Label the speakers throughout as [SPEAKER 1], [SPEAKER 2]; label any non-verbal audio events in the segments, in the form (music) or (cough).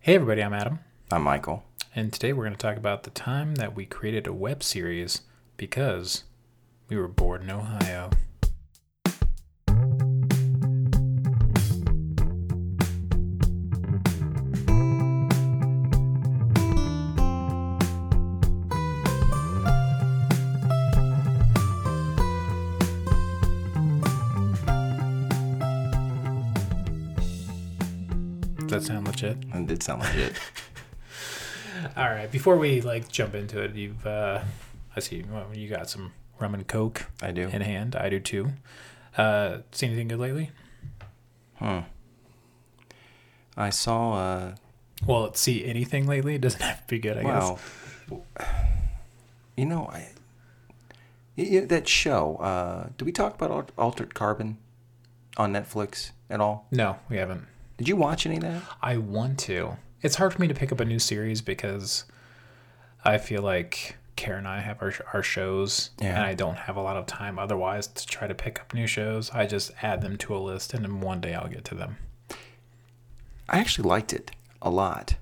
[SPEAKER 1] Hey, everybody, I'm Adam,
[SPEAKER 2] I'm Michael.
[SPEAKER 1] and today we're going to talk about the time that we created a web series because we were bored in Ohio. Does that sound legit?
[SPEAKER 2] It did sound legit.
[SPEAKER 1] All right. Before we like jump into it, you've uh, I see well, you got some rum and coke
[SPEAKER 2] (laughs) I do.
[SPEAKER 1] in hand. I do too. Uh, seen anything good lately?
[SPEAKER 2] Hmm. I saw. Uh,
[SPEAKER 1] Well, let's see anything lately. It doesn't (laughs) have to be good, I
[SPEAKER 2] well, you know, I y- y- that show. Uh, did we talk about Al- Altered Carbon on Netflix at all?
[SPEAKER 1] guess. No, we haven't.
[SPEAKER 2] Did you watch any of that?
[SPEAKER 1] I want to. It's hard for me to pick up a new series because I feel like Kara and I have our, our shows,
[SPEAKER 2] Yeah.
[SPEAKER 1] and I don't have a lot of time otherwise to try to pick up new shows. I just add them to a list, and then one day I'll get to them.
[SPEAKER 2] I actually liked it a lot,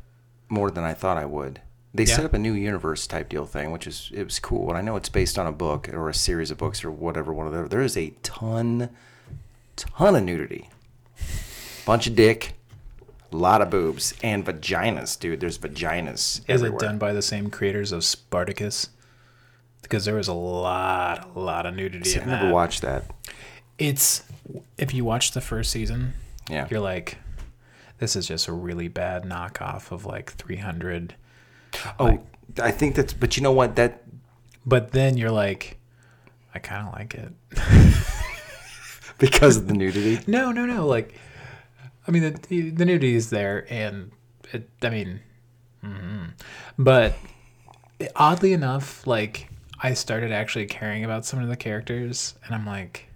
[SPEAKER 2] more than I thought I would. They
[SPEAKER 1] Yeah.
[SPEAKER 2] set up a new universe type deal thing, which is it was cool. And I know it's based on a book or a series of books or whatever. One of the there is a ton, ton of nudity, bunch of dick, a lot of boobs and vaginas, dude. There's vaginas
[SPEAKER 1] Is
[SPEAKER 2] everywhere.
[SPEAKER 1] it done by the same creators of Spartacus? Because there was a lot, a lot of nudity
[SPEAKER 2] See, I
[SPEAKER 1] in that.
[SPEAKER 2] never watched that.
[SPEAKER 1] It's if you watch the first season,
[SPEAKER 2] Yeah.
[SPEAKER 1] you're like, this is just a really bad knockoff of like 300.
[SPEAKER 2] Oh, I think that's. But you know what? That
[SPEAKER 1] But then you're like, I kind of like it.
[SPEAKER 2] because of the nudity.
[SPEAKER 1] No, no, no. Like, I mean, the, the nudity is there, and it, I mean, mhm. but oddly enough, like, I started actually caring about some of the characters, and I'm like,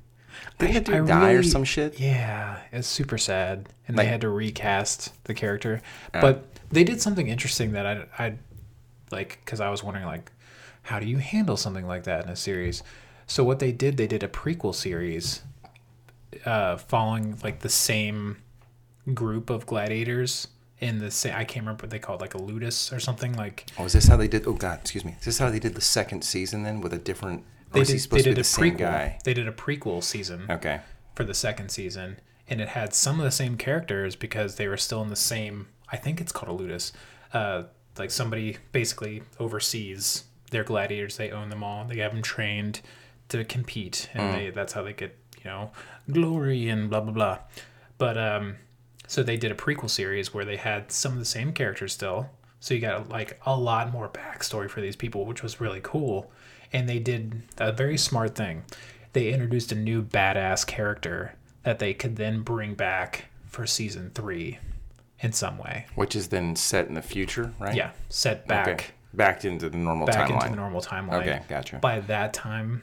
[SPEAKER 2] Didn't that
[SPEAKER 1] I
[SPEAKER 2] dude die or
[SPEAKER 1] really-
[SPEAKER 2] some shit?
[SPEAKER 1] Yeah, it's super sad, and they
[SPEAKER 2] Like- Uh.
[SPEAKER 1] had to recast the character. but they did something interesting that I, I like, because I was wondering, like, how do you handle something like that in a series? So what they did, they did a prequel series, uh, following like the same group of gladiators in the same. I can't remember what they called, like a ludus or something. Like
[SPEAKER 2] Oh, is this how they did? Oh God, excuse me. Is this how they did the second season then with a different? Or
[SPEAKER 1] they
[SPEAKER 2] is he
[SPEAKER 1] did, they
[SPEAKER 2] supposed to
[SPEAKER 1] did
[SPEAKER 2] be
[SPEAKER 1] a
[SPEAKER 2] the same
[SPEAKER 1] prequel.
[SPEAKER 2] guy?
[SPEAKER 1] They did a prequel season.
[SPEAKER 2] Okay.
[SPEAKER 1] for the second season, and it had some of the same characters because they were still in the same. I think it's called a ludus. Uh, like somebody basically oversees their gladiators. They own them all. They have them trained to compete, and they, that's how they get you know glory and blah blah blah. But um, so they did a prequel series where they had some of the same characters still. So you got like a lot more backstory for these people, which was really cool. And they did a very smart thing. They introduced a new badass character that they could then bring back for season three in some way.
[SPEAKER 2] Which is then set in the future, right?
[SPEAKER 1] Yeah, set
[SPEAKER 2] Okay.
[SPEAKER 1] back
[SPEAKER 2] Back into the normal
[SPEAKER 1] back
[SPEAKER 2] timeline.
[SPEAKER 1] into the normal timeline.
[SPEAKER 2] Okay, gotcha.
[SPEAKER 1] By that time,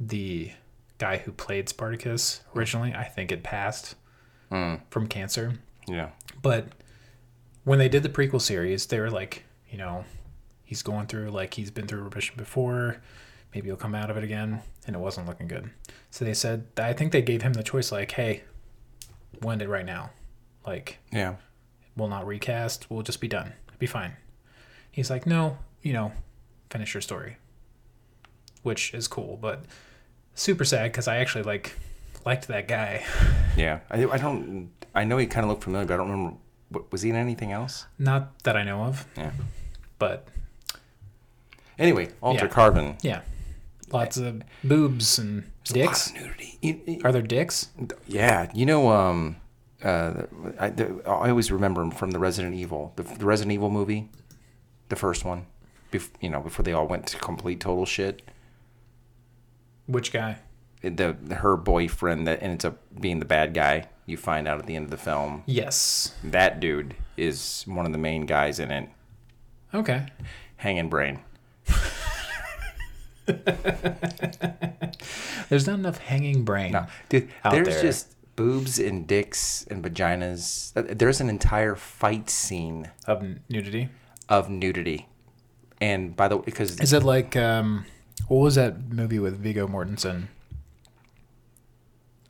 [SPEAKER 1] the guy who played Spartacus originally, I think, had passed from cancer.
[SPEAKER 2] Hmm, yeah.
[SPEAKER 1] But when they did the prequel series, they were like, you know, he's going through like he's been through remission before. Maybe he'll come out of it again, and it wasn't looking good. So they said, I think they gave him the choice, like, hey, end it right now, like
[SPEAKER 2] Yeah.
[SPEAKER 1] we'll not recast. We'll just be done. Be fine. He's like, no, you know, finish your story, which is cool, but super sad because I actually like liked that guy.
[SPEAKER 2] Yeah. I, I don't. I know he kind of looked familiar, but I don't remember. What, was he in anything else?
[SPEAKER 1] Not that I know of,
[SPEAKER 2] Yeah.
[SPEAKER 1] but
[SPEAKER 2] Anyway, Alter
[SPEAKER 1] Yeah.
[SPEAKER 2] Carbon.
[SPEAKER 1] yeah, lots of boobs and dicks.
[SPEAKER 2] A lot of nudity. You- you-
[SPEAKER 1] Are there dicks?
[SPEAKER 2] Yeah, you know, um, uh, I, the, I always remember him from the Resident Evil, the, the Resident Evil movie, the first one. Bef- you know, before they all went to complete total shit.
[SPEAKER 1] Which guy?
[SPEAKER 2] The her boyfriend that ends up being the bad guy. You find out at the end of the film
[SPEAKER 1] Yes.
[SPEAKER 2] that dude is one of the main guys in it.
[SPEAKER 1] Okay.
[SPEAKER 2] Hanging brain.
[SPEAKER 1] There's not enough hanging brain.
[SPEAKER 2] No, dude,
[SPEAKER 1] Out
[SPEAKER 2] there's
[SPEAKER 1] there.
[SPEAKER 2] just boobs and dicks and vaginas. Uh, There's an entire fight scene
[SPEAKER 1] of nudity.
[SPEAKER 2] of nudity. And by the way, because
[SPEAKER 1] Is it like um, what was that movie with Vigo Mortensen,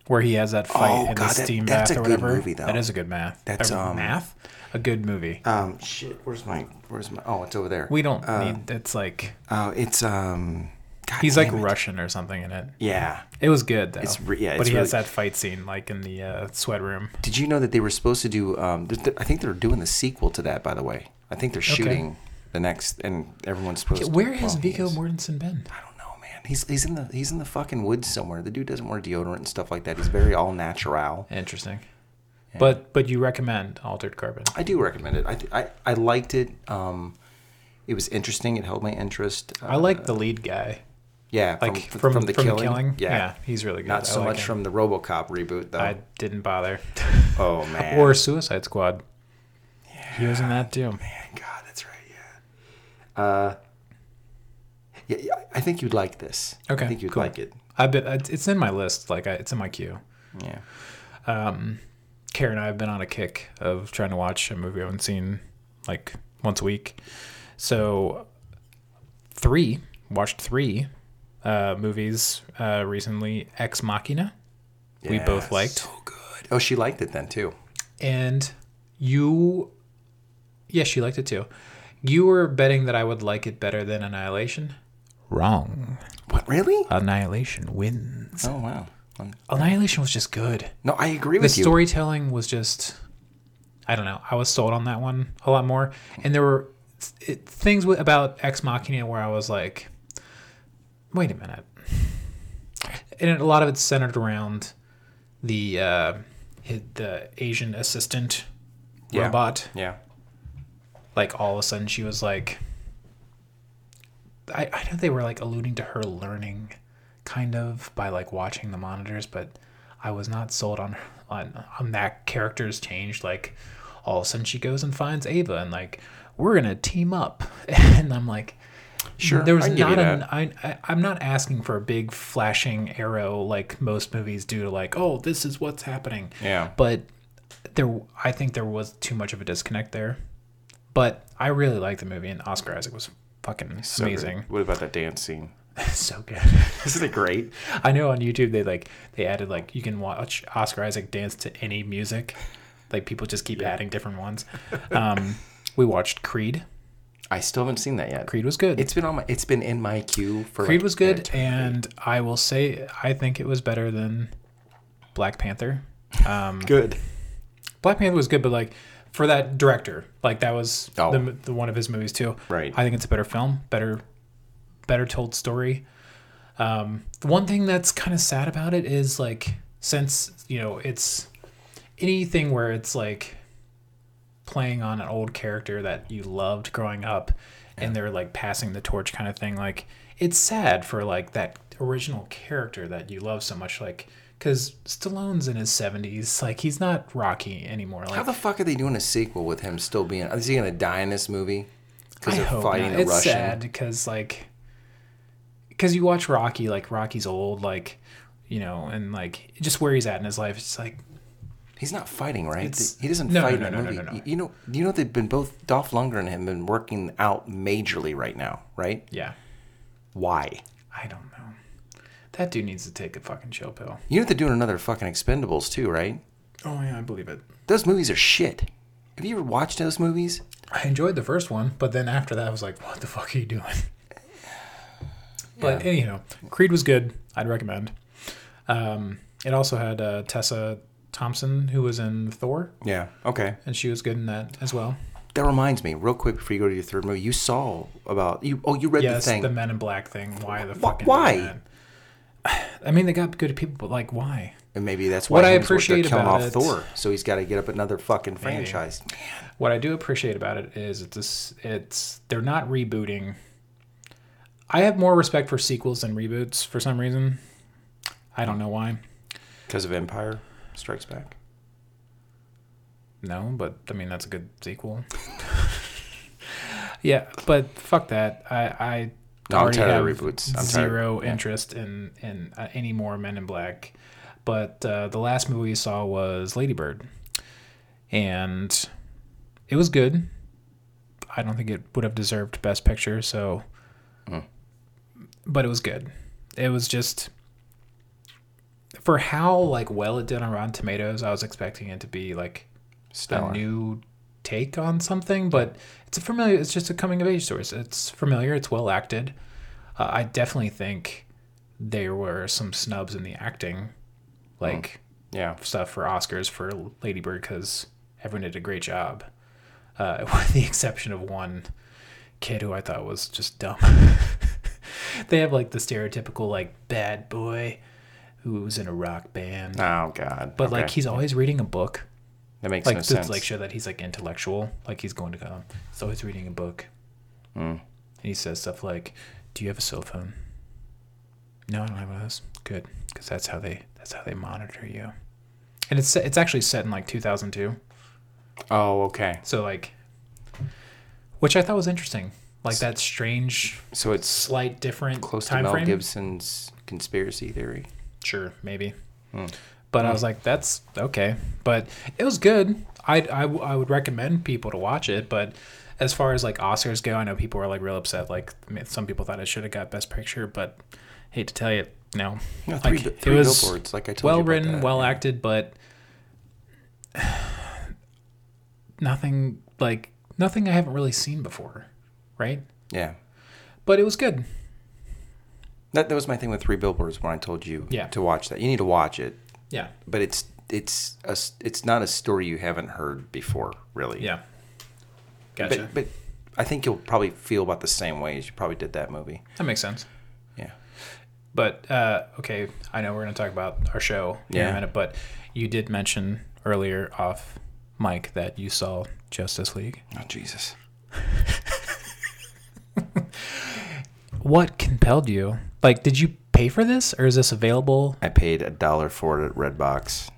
[SPEAKER 1] where he has that fight
[SPEAKER 2] Oh,
[SPEAKER 1] in
[SPEAKER 2] God,
[SPEAKER 1] the
[SPEAKER 2] that-
[SPEAKER 1] steam
[SPEAKER 2] that's
[SPEAKER 1] bath
[SPEAKER 2] a
[SPEAKER 1] or
[SPEAKER 2] good
[SPEAKER 1] whatever?
[SPEAKER 2] movie, though.
[SPEAKER 1] That is a good math.
[SPEAKER 2] That's,
[SPEAKER 1] Or
[SPEAKER 2] um,
[SPEAKER 1] math. a good movie.
[SPEAKER 2] Um, shit. Where's my? Where's my? Oh, it's over there.
[SPEAKER 1] We don't need. It's like
[SPEAKER 2] Oh, it's um. God
[SPEAKER 1] he's like
[SPEAKER 2] damn it.
[SPEAKER 1] Russian or something in it.
[SPEAKER 2] Yeah.
[SPEAKER 1] It was good though.
[SPEAKER 2] It's re- yeah,
[SPEAKER 1] but
[SPEAKER 2] it's
[SPEAKER 1] he has
[SPEAKER 2] really-
[SPEAKER 1] that fight scene like in the uh, sweat room.
[SPEAKER 2] Did you know that they were supposed to do? Um, th- th- I think they're doing the sequel to that. By the way, I think they're shooting the next, and everyone's supposed. to...
[SPEAKER 1] Where has
[SPEAKER 2] well,
[SPEAKER 1] Viggo
[SPEAKER 2] he's-
[SPEAKER 1] Mortensen been?
[SPEAKER 2] I don't know, man. He's he's in the he's in the fucking woods somewhere. The dude doesn't wear deodorant and stuff like that. He's very all natural.
[SPEAKER 1] Interesting. But but you recommend Altered Carbon?
[SPEAKER 2] I do recommend it. I th- I, I liked it. Um, it was interesting. It held my interest. Uh,
[SPEAKER 1] I like the lead guy,
[SPEAKER 2] yeah,
[SPEAKER 1] like
[SPEAKER 2] f-
[SPEAKER 1] from from, the, killing. Yeah. he's really good.
[SPEAKER 2] Not
[SPEAKER 1] I
[SPEAKER 2] so
[SPEAKER 1] like
[SPEAKER 2] much
[SPEAKER 1] him.
[SPEAKER 2] from the RoboCop reboot though.
[SPEAKER 1] I didn't bother. (laughs)
[SPEAKER 2] oh man.
[SPEAKER 1] or Suicide Squad. He was in that too.
[SPEAKER 2] Man, God, that's right. Yeah. Uh, yeah, yeah, I think you'd like this.
[SPEAKER 1] Okay,
[SPEAKER 2] I think you'd
[SPEAKER 1] cool.
[SPEAKER 2] like it.
[SPEAKER 1] I've been. It's it's in my list. Like I, it's in my queue.
[SPEAKER 2] Yeah.
[SPEAKER 1] Karen and I have been on a kick of trying to watch a movie I haven't seen like once a week. So three watched three uh, movies uh, recently. Ex Machina, we both
[SPEAKER 2] Yes.
[SPEAKER 1] liked,
[SPEAKER 2] Good. Oh, she liked it then too.
[SPEAKER 1] and you, yeah, she liked it too. You were betting that I would like it better than Annihilation. Wrong.
[SPEAKER 2] What really?
[SPEAKER 1] Annihilation wins.
[SPEAKER 2] Oh wow. Um,
[SPEAKER 1] Annihilation was just good.
[SPEAKER 2] No, I agree
[SPEAKER 1] Uh, the
[SPEAKER 2] with you.
[SPEAKER 1] storytelling was just i don't know i was sold on that one a lot more and there were it, things with, about ex machina where i was like wait a minute and a lot of it's centered around the uh hi- the asian assistant
[SPEAKER 2] Yeah.
[SPEAKER 1] robot
[SPEAKER 2] Yeah.
[SPEAKER 1] like all of a sudden she was like I, I know they were like alluding to her learning kind of by like watching the monitors but i was not sold on on, on that character's change like all of a sudden she goes and finds ava and like we're gonna team up (laughs) and i'm like
[SPEAKER 2] Sure,
[SPEAKER 1] there was
[SPEAKER 2] I can give you
[SPEAKER 1] not an,
[SPEAKER 2] that.
[SPEAKER 1] I, I i'm not asking for a big flashing arrow like most movies do to like oh this is what's happening
[SPEAKER 2] Yeah.
[SPEAKER 1] but there i think there was too much of a disconnect there but i really liked the movie and oscar isaac was fucking
[SPEAKER 2] So good.
[SPEAKER 1] amazing
[SPEAKER 2] What about that dance scene? (laughs)
[SPEAKER 1] (laughs) so good
[SPEAKER 2] Isn't it great?
[SPEAKER 1] i know on youtube they like they added like you can watch oscar isaac dance to any music like people just keep adding different ones
[SPEAKER 2] (laughs)
[SPEAKER 1] um we watched creed
[SPEAKER 2] I still haven't seen that yet.
[SPEAKER 1] creed was good
[SPEAKER 2] It's been on my. It's been in my queue for.
[SPEAKER 1] creed
[SPEAKER 2] like,
[SPEAKER 1] was
[SPEAKER 2] an
[SPEAKER 1] good
[SPEAKER 2] eternity.
[SPEAKER 1] and i will say i think it was better than black panther um
[SPEAKER 2] Good.
[SPEAKER 1] Black Panther was good, but like for that director, like that was
[SPEAKER 2] Oh.
[SPEAKER 1] the, the one of his movies too.
[SPEAKER 2] Right.
[SPEAKER 1] I think it's a better film, better, better told story. Um, the one thing that's kind of sad about it is like since you know it's anything where it's like playing on an old character that you loved growing up, and they're like passing the torch kind of thing. Like it's sad for like that original character that you love so much, like. Because Stallone's in his seventies, like he's not Rocky anymore. Like
[SPEAKER 2] How the fuck are they doing a sequel with him still being? Is he gonna die in this movie? Because
[SPEAKER 1] I
[SPEAKER 2] they're
[SPEAKER 1] hope
[SPEAKER 2] fighting
[SPEAKER 1] not.
[SPEAKER 2] a
[SPEAKER 1] it's
[SPEAKER 2] Russian.
[SPEAKER 1] sad because like because you watch Rocky, like Rocky's old, like you know, and like just where he's at in his life. It's like
[SPEAKER 2] He's not fighting, right?
[SPEAKER 1] It's-
[SPEAKER 2] he doesn't
[SPEAKER 1] no, no,
[SPEAKER 2] fight
[SPEAKER 1] no,
[SPEAKER 2] in
[SPEAKER 1] no,
[SPEAKER 2] the
[SPEAKER 1] no,
[SPEAKER 2] movie.
[SPEAKER 1] no, no.
[SPEAKER 2] Y- You know, you know they've been both Dolph Lundgren and him been working out majorly right now, right?
[SPEAKER 1] yeah,
[SPEAKER 2] Why?
[SPEAKER 1] I don't know. That dude needs to take a fucking chill pill.
[SPEAKER 2] You know they're doing another fucking Expendables too, right?
[SPEAKER 1] Oh yeah, I believe it.
[SPEAKER 2] Those movies are shit. Have you ever watched those movies?
[SPEAKER 1] I enjoyed the first one, but then after that, I was like, what the fuck are you (laughs) doing? But anyhow, Creed was good. I'd recommend. Um, it also had uh, Tessa Thompson, who was in Thor,
[SPEAKER 2] Yeah. Okay.
[SPEAKER 1] and she was good in that as well.
[SPEAKER 2] That reminds me, real quick, before you go to your third movie, you saw about you. Oh, you read
[SPEAKER 1] Yeah,
[SPEAKER 2] the
[SPEAKER 1] it's
[SPEAKER 2] thing.
[SPEAKER 1] the Men in Black thing. Why the
[SPEAKER 2] Wh-
[SPEAKER 1] fuck?
[SPEAKER 2] why?
[SPEAKER 1] (sighs) I mean, they got good people, but like, why?
[SPEAKER 2] and maybe that's why
[SPEAKER 1] What I
[SPEAKER 2] Hemsworth, they're
[SPEAKER 1] appreciate
[SPEAKER 2] killing
[SPEAKER 1] about
[SPEAKER 2] off
[SPEAKER 1] it-
[SPEAKER 2] Thor, so he's got to get up another fucking franchise.
[SPEAKER 1] What I do appreciate about it is it's this, it's they're not rebooting. I have more respect for sequels than reboots for some reason. I don't know why.
[SPEAKER 2] Because of Empire Strikes Back.
[SPEAKER 1] No, but I mean that's a good sequel. (laughs) yeah, but fuck that. I I
[SPEAKER 2] No, I'm
[SPEAKER 1] already
[SPEAKER 2] tired of
[SPEAKER 1] have
[SPEAKER 2] reboots. I'm tired.
[SPEAKER 1] zero interest in in uh, any more Men in Black. But uh, the last movie I saw was Ladybird, and it was good. I don't think it would have deserved Best Picture, so. But it was good. It was just for how like well it did on Rotten Tomatoes. I was expecting it to be like
[SPEAKER 2] Stellar.
[SPEAKER 1] a new take on something, but it's a familiar. It's just a coming of age story. It's- It's familiar. It's well acted. Uh, I definitely think there were some snubs in the acting, like
[SPEAKER 2] Yeah.
[SPEAKER 1] stuff for Oscars for Lady Bird because everyone did a great job, uh, (laughs) with the exception of one kid who I thought was just dumb. (laughs) they have like the stereotypical like bad boy who was in a rock band,
[SPEAKER 2] Oh God.
[SPEAKER 1] but like
[SPEAKER 2] Okay.
[SPEAKER 1] he's always reading a book
[SPEAKER 2] that makes
[SPEAKER 1] like
[SPEAKER 2] no
[SPEAKER 1] to
[SPEAKER 2] sense.
[SPEAKER 1] like show that he's like intellectual, like he's going to come. He's always reading a book.
[SPEAKER 2] Hmm.
[SPEAKER 1] And he says stuff like, "Do you have a cell phone?" No, I don't have one of those. Good, because that's how they that's how they monitor you. And it's it's actually set in like 2002,
[SPEAKER 2] oh, okay.
[SPEAKER 1] so like, which I thought was interesting, like that strange,
[SPEAKER 2] So it's
[SPEAKER 1] slight different
[SPEAKER 2] close to
[SPEAKER 1] time
[SPEAKER 2] Mel
[SPEAKER 1] frame.
[SPEAKER 2] Gibson's conspiracy theory.
[SPEAKER 1] Sure, maybe.
[SPEAKER 2] Hmm.
[SPEAKER 1] But I was like, that's okay. But it was good. I, I, I would recommend people to watch it. But as far as like Oscars go, I know people were like real upset. Like I mean, some people thought it should have got Best Picture, but hate to tell you, no.
[SPEAKER 2] No,
[SPEAKER 1] Like,
[SPEAKER 2] three, bi- three
[SPEAKER 1] it was
[SPEAKER 2] billboards. Like I told you
[SPEAKER 1] well
[SPEAKER 2] about
[SPEAKER 1] written,
[SPEAKER 2] that.
[SPEAKER 1] well acted, but (sighs) nothing like nothing I haven't really seen before, right?
[SPEAKER 2] Yeah.
[SPEAKER 1] But it was good.
[SPEAKER 2] That, that was my thing with three billboards when I told you
[SPEAKER 1] Yeah.
[SPEAKER 2] to watch that. You need to watch it,
[SPEAKER 1] Yeah,
[SPEAKER 2] but it's it's a s- it's not a story you haven't heard before, really.
[SPEAKER 1] yeah. Gotcha.
[SPEAKER 2] But but I think you'll probably feel about the same way as you probably did that movie.
[SPEAKER 1] that makes sense.
[SPEAKER 2] Yeah.
[SPEAKER 1] But uh, okay, I know we're going to talk about our show here in
[SPEAKER 2] Yeah.
[SPEAKER 1] a minute, but you did mention earlier off mic that you saw Justice League.
[SPEAKER 2] Oh Jesus.
[SPEAKER 1] What compelled you? Like, did you pay for this, or is this available?
[SPEAKER 2] I paid a dollar for it at Redbox.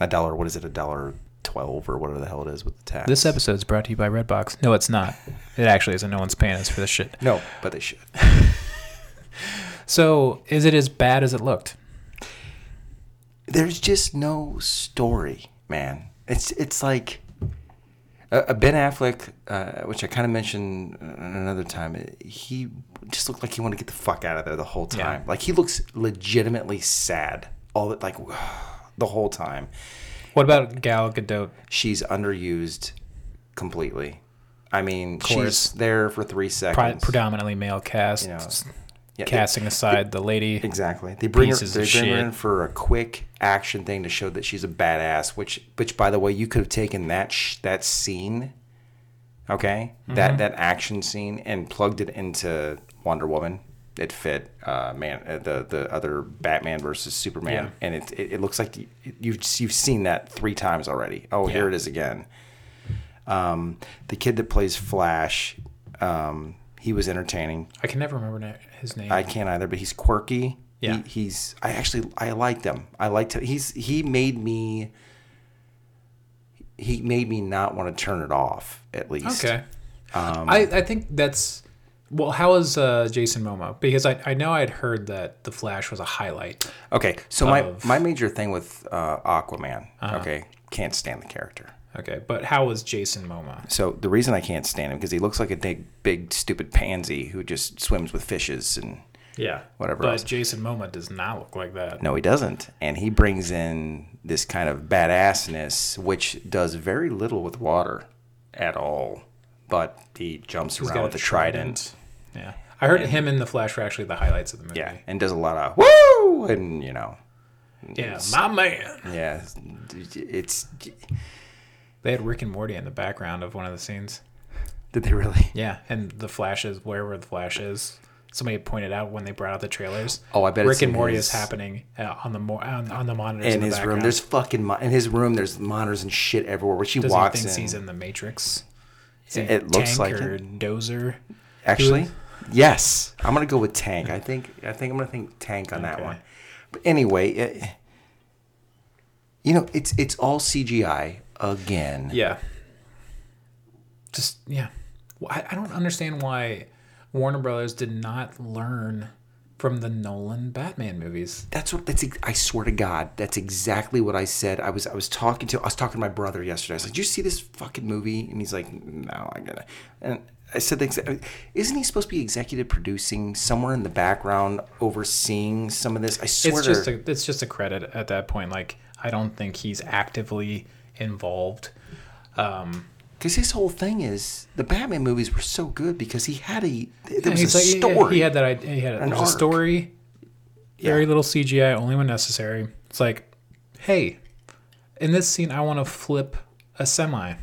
[SPEAKER 2] A dollar. What is it? A dollar twelve or whatever the hell it is with the tax.
[SPEAKER 1] This episode is brought to you by Redbox. No, it's not. It actually isn't. No one's paying us for this shit.
[SPEAKER 2] No, but they should.
[SPEAKER 1] So, is it as bad as it looked?
[SPEAKER 2] there's just no story, man. It's it's like a, a Ben Affleck, uh, which I kind of mentioned uh, another time. He just looked like he wanted to get the fuck out of there the whole
[SPEAKER 1] Yeah.
[SPEAKER 2] time. Like he looks legitimately sad all the, like (sighs) the whole time.
[SPEAKER 1] What about Gal Gadot?
[SPEAKER 2] She's underused completely. I mean,
[SPEAKER 1] course.
[SPEAKER 2] she's there for three
[SPEAKER 1] Pri-
[SPEAKER 2] seconds.
[SPEAKER 1] predominantly male cast,
[SPEAKER 2] You know,
[SPEAKER 1] s-
[SPEAKER 2] Yeah, they-
[SPEAKER 1] casting aside the lady.
[SPEAKER 2] Exactly. They bring her,
[SPEAKER 1] Pieces
[SPEAKER 2] they
[SPEAKER 1] of
[SPEAKER 2] bring her
[SPEAKER 1] shit.
[SPEAKER 2] in for a quick action thing to show that she's a badass. Which, which by the way, you could have taken that sh- that scene, okay,
[SPEAKER 1] Mm-hmm.
[SPEAKER 2] that that action scene, and plugged it into Wonder Woman. It fit, uh, man. Uh, the the other Batman versus Superman,
[SPEAKER 1] Yeah.
[SPEAKER 2] and it, it it looks like you, you've you've seen that three times already. Oh, here
[SPEAKER 1] Yeah.
[SPEAKER 2] it is again. Um, the kid that plays Flash, um, he was entertaining.
[SPEAKER 1] I can never remember na- his name.
[SPEAKER 2] I can't either, but he's quirky.
[SPEAKER 1] Yeah.
[SPEAKER 2] He, he's I actually I liked him. I liked him. He's he made me he made me not want to turn it off at least.
[SPEAKER 1] Okay.
[SPEAKER 2] Um,
[SPEAKER 1] I, I think that's well. How is uh, Jason Momoa? Because I, I know I had heard that the Flash was a highlight.
[SPEAKER 2] Okay. So my
[SPEAKER 1] Of- Uh-huh.
[SPEAKER 2] my major thing with uh, Aquaman, okay, can't stand the character.
[SPEAKER 1] Okay, but how was Jason Momoa?
[SPEAKER 2] So the reason I can't stand him because he looks like a big big stupid pansy who just swims with fishes and
[SPEAKER 1] Yeah,
[SPEAKER 2] Whatever
[SPEAKER 1] But
[SPEAKER 2] else.
[SPEAKER 1] Jason Momoa does not look like that.
[SPEAKER 2] No, he doesn't. And he brings in this kind of badassness, which does very little with water at all. But he jumps
[SPEAKER 1] He's
[SPEAKER 2] around
[SPEAKER 1] got
[SPEAKER 2] with
[SPEAKER 1] a
[SPEAKER 2] the trident.
[SPEAKER 1] Yeah, I heard him and the Flash were actually the highlights of the movie.
[SPEAKER 2] Yeah. And does a lot of woo! And, you know,
[SPEAKER 1] yeah, my man.
[SPEAKER 2] yeah. It's.
[SPEAKER 1] They had Rick and Morty in the background of one of the scenes.
[SPEAKER 2] Did they really?
[SPEAKER 1] Yeah, and the Flash is wherever the Flash is. Somebody pointed out when they brought out the trailers.
[SPEAKER 2] Oh, I bet
[SPEAKER 1] Rick
[SPEAKER 2] it's
[SPEAKER 1] and
[SPEAKER 2] in
[SPEAKER 1] Morty
[SPEAKER 2] his-
[SPEAKER 1] is happening uh, on the mo- on, on the monitors in,
[SPEAKER 2] In
[SPEAKER 1] the
[SPEAKER 2] his room,
[SPEAKER 1] background.
[SPEAKER 2] there's fucking mo- in his room. There's monitors and shit everywhere. Where she
[SPEAKER 1] Does he
[SPEAKER 2] walks
[SPEAKER 1] thinks
[SPEAKER 2] in,
[SPEAKER 1] he's in the Matrix? Is
[SPEAKER 2] It-
[SPEAKER 1] he
[SPEAKER 2] it looks
[SPEAKER 1] Tank
[SPEAKER 2] like
[SPEAKER 1] or Dozer.
[SPEAKER 2] actually, yes. I'm gonna go with Tank. I think. I think I'm gonna think Tank on that
[SPEAKER 1] Okay.
[SPEAKER 2] one. But anyway, it, you know, it's it's all CGI again.
[SPEAKER 1] Yeah. Just yeah. Wh- I, I don't understand why Warner Brothers did not learn from the Nolan Batman movies.
[SPEAKER 2] That's what that's. ex- I swear to God, that's exactly what I said. I was I was talking to I was talking to my brother yesterday. I was like, "Did you see this fucking movie?" And he's like, "No, I gotta." And I said, the exa- "Isn't he supposed to be executive producing somewhere in the background, overseeing some of this?" I swear.
[SPEAKER 1] It's
[SPEAKER 2] to-
[SPEAKER 1] just a, it's just a credit at that point. Like I don't think he's actively involved. Um,
[SPEAKER 2] Because his whole thing is the Batman movies were so good because he had a there
[SPEAKER 1] And
[SPEAKER 2] was a
[SPEAKER 1] he's like, yeah, yeah,
[SPEAKER 2] story.
[SPEAKER 1] He had that. idea. He had a,
[SPEAKER 2] An
[SPEAKER 1] there's a
[SPEAKER 2] arc.
[SPEAKER 1] story.
[SPEAKER 2] Yeah.
[SPEAKER 1] Very little CGI, only when necessary. It's like, hey, in this scene, I want to flip a semi.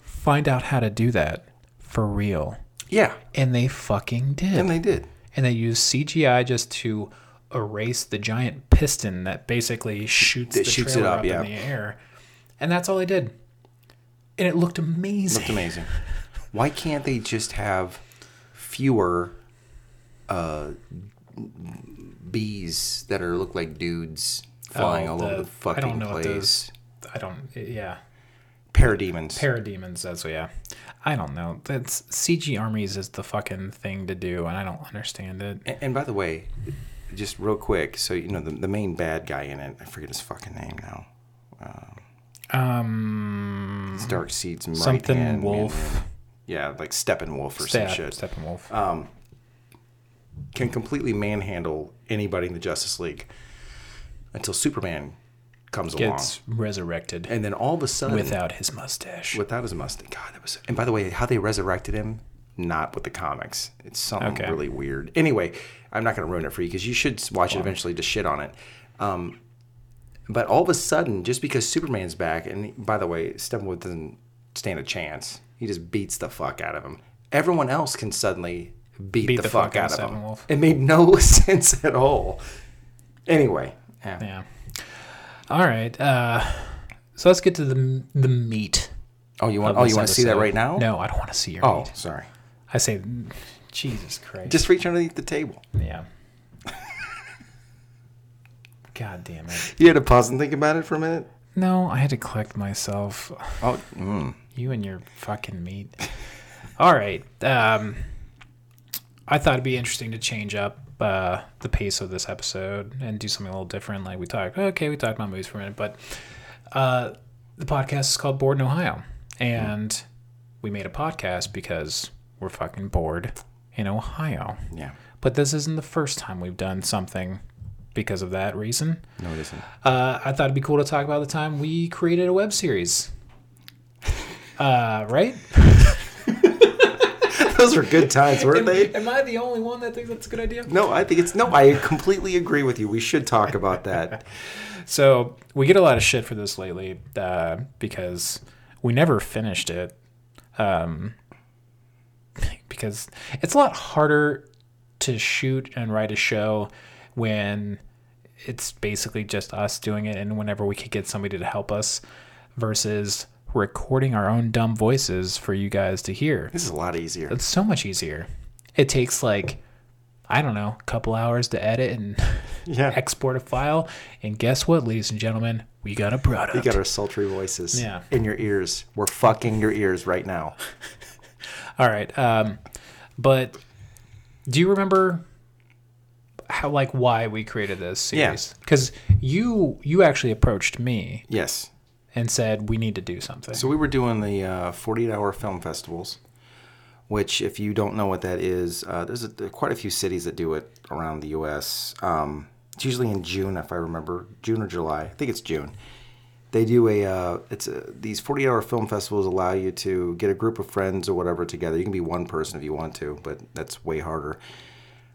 [SPEAKER 1] Find out how to do that for real,
[SPEAKER 2] yeah,
[SPEAKER 1] and they fucking did.
[SPEAKER 2] and they did.
[SPEAKER 1] and they used CGI just to erase the giant piston that basically shoots
[SPEAKER 2] That
[SPEAKER 1] the
[SPEAKER 2] shoots it
[SPEAKER 1] trailer
[SPEAKER 2] up,
[SPEAKER 1] up
[SPEAKER 2] yeah.
[SPEAKER 1] in the air, and that's all they did. And it looked amazing.
[SPEAKER 2] Looked amazing. Why can't they just have fewer uh, bees that are look like dudes flying
[SPEAKER 1] Oh,
[SPEAKER 2] all over the fucking
[SPEAKER 1] I don't know
[SPEAKER 2] place?
[SPEAKER 1] What those, I don't. Yeah,
[SPEAKER 2] Parademons.
[SPEAKER 1] parademons. That's yeah. I don't know. That's CG armies is the fucking thing to do, and I don't understand it.
[SPEAKER 2] And, and by the way, just real quick, so you know the, the main bad guy in it, I forget his fucking name now.
[SPEAKER 1] Um,
[SPEAKER 2] It's Dark Seed's right
[SPEAKER 1] something
[SPEAKER 2] hand man.
[SPEAKER 1] wolf.
[SPEAKER 2] Yeah, like Steppenwolf or some
[SPEAKER 1] Step,
[SPEAKER 2] shit. Uh-huh.
[SPEAKER 1] Steppenwolf.
[SPEAKER 2] Can completely manhandle anybody in the Justice League until Superman comes along.
[SPEAKER 1] gets resurrected
[SPEAKER 2] And then all of a sudden,
[SPEAKER 1] without his mustache.
[SPEAKER 2] without his mustache, God, that was. And by the way, how they resurrected him, not with the comics. It's something
[SPEAKER 1] Okay.
[SPEAKER 2] really weird. Anyway, I'm not going to ruin it for you because you should watch it eventually to shit on it. Um, but all of a sudden, just because Superman's back, and by the way, Steppenwolf doesn't stand a chance. He just beats the fuck out of him. Everyone else can suddenly beat, the, fuck, out of him.
[SPEAKER 1] Steppenwolf.
[SPEAKER 2] It made no (laughs) sense at all. Anyway, yeah.
[SPEAKER 1] Yeah. All right. Uh, so let's get to the the meat.
[SPEAKER 2] oh, you want?
[SPEAKER 1] of
[SPEAKER 2] Oh,
[SPEAKER 1] this
[SPEAKER 2] you want to see that
[SPEAKER 1] episode.
[SPEAKER 2] right now?
[SPEAKER 1] No, I don't want to see your
[SPEAKER 2] Oh,
[SPEAKER 1] meat.
[SPEAKER 2] sorry.
[SPEAKER 1] I say, Jesus Christ.
[SPEAKER 2] Just reach underneath the table. (laughs)
[SPEAKER 1] yeah. God damn it.
[SPEAKER 2] You had to pause and think about it for a minute.
[SPEAKER 1] No, I had to collect myself.
[SPEAKER 2] Oh, mm.
[SPEAKER 1] You and your fucking meat. All right. Um, I thought it'd be interesting to change up uh, the pace of this episode and do something a little different. Like we talked, okay, we talked about movies for a minute, but uh, the podcast is called Bored in Ohio, and we made a podcast because we're fucking bored in Ohio.
[SPEAKER 2] yeah.
[SPEAKER 1] But this isn't the first time we've done something because of that reason.
[SPEAKER 2] No, it isn't.
[SPEAKER 1] Uh, I thought it'd be cool to talk about the time we created a web series. Uh, right?
[SPEAKER 2] (laughs) Those were good times, weren't (laughs) they?
[SPEAKER 1] Am I the only one that thinks that's a good idea?
[SPEAKER 2] No, I think it's no. I completely agree with you. We should talk about that. (laughs)
[SPEAKER 1] So we get a lot of shit for this lately uh, because we never finished it. Um, (laughs) because it's a lot harder to shoot and write a show when it's basically just us doing it and whenever we could get somebody to help us versus recording our own dumb voices for you guys to hear.
[SPEAKER 2] This is a lot easier.
[SPEAKER 1] It's so much easier. It takes like I don't know, a couple hours to edit and (laughs)
[SPEAKER 2] Yeah.
[SPEAKER 1] export a file. And guess what, ladies and gentlemen, we got a product.
[SPEAKER 2] You got our sultry voices
[SPEAKER 1] Yeah.
[SPEAKER 2] in your ears. We're fucking your ears right now.
[SPEAKER 1] All right, um, but do you remember how like why we created this
[SPEAKER 2] Yeah.
[SPEAKER 1] series? Because you you actually approached me
[SPEAKER 2] Yes.
[SPEAKER 1] and said we need to do something.
[SPEAKER 2] So we were doing the uh, 48 hour film festivals, which, if you don't know what that is, uh, there's a, there are quite a few cities that do it around the U.S. Um, it's usually in June, if I remember, June or July. I think it's June. They do a uh, it's a, these 48 hour film festivals allow you to get a group of friends or whatever together. You can be one person if you want to, but that's way harder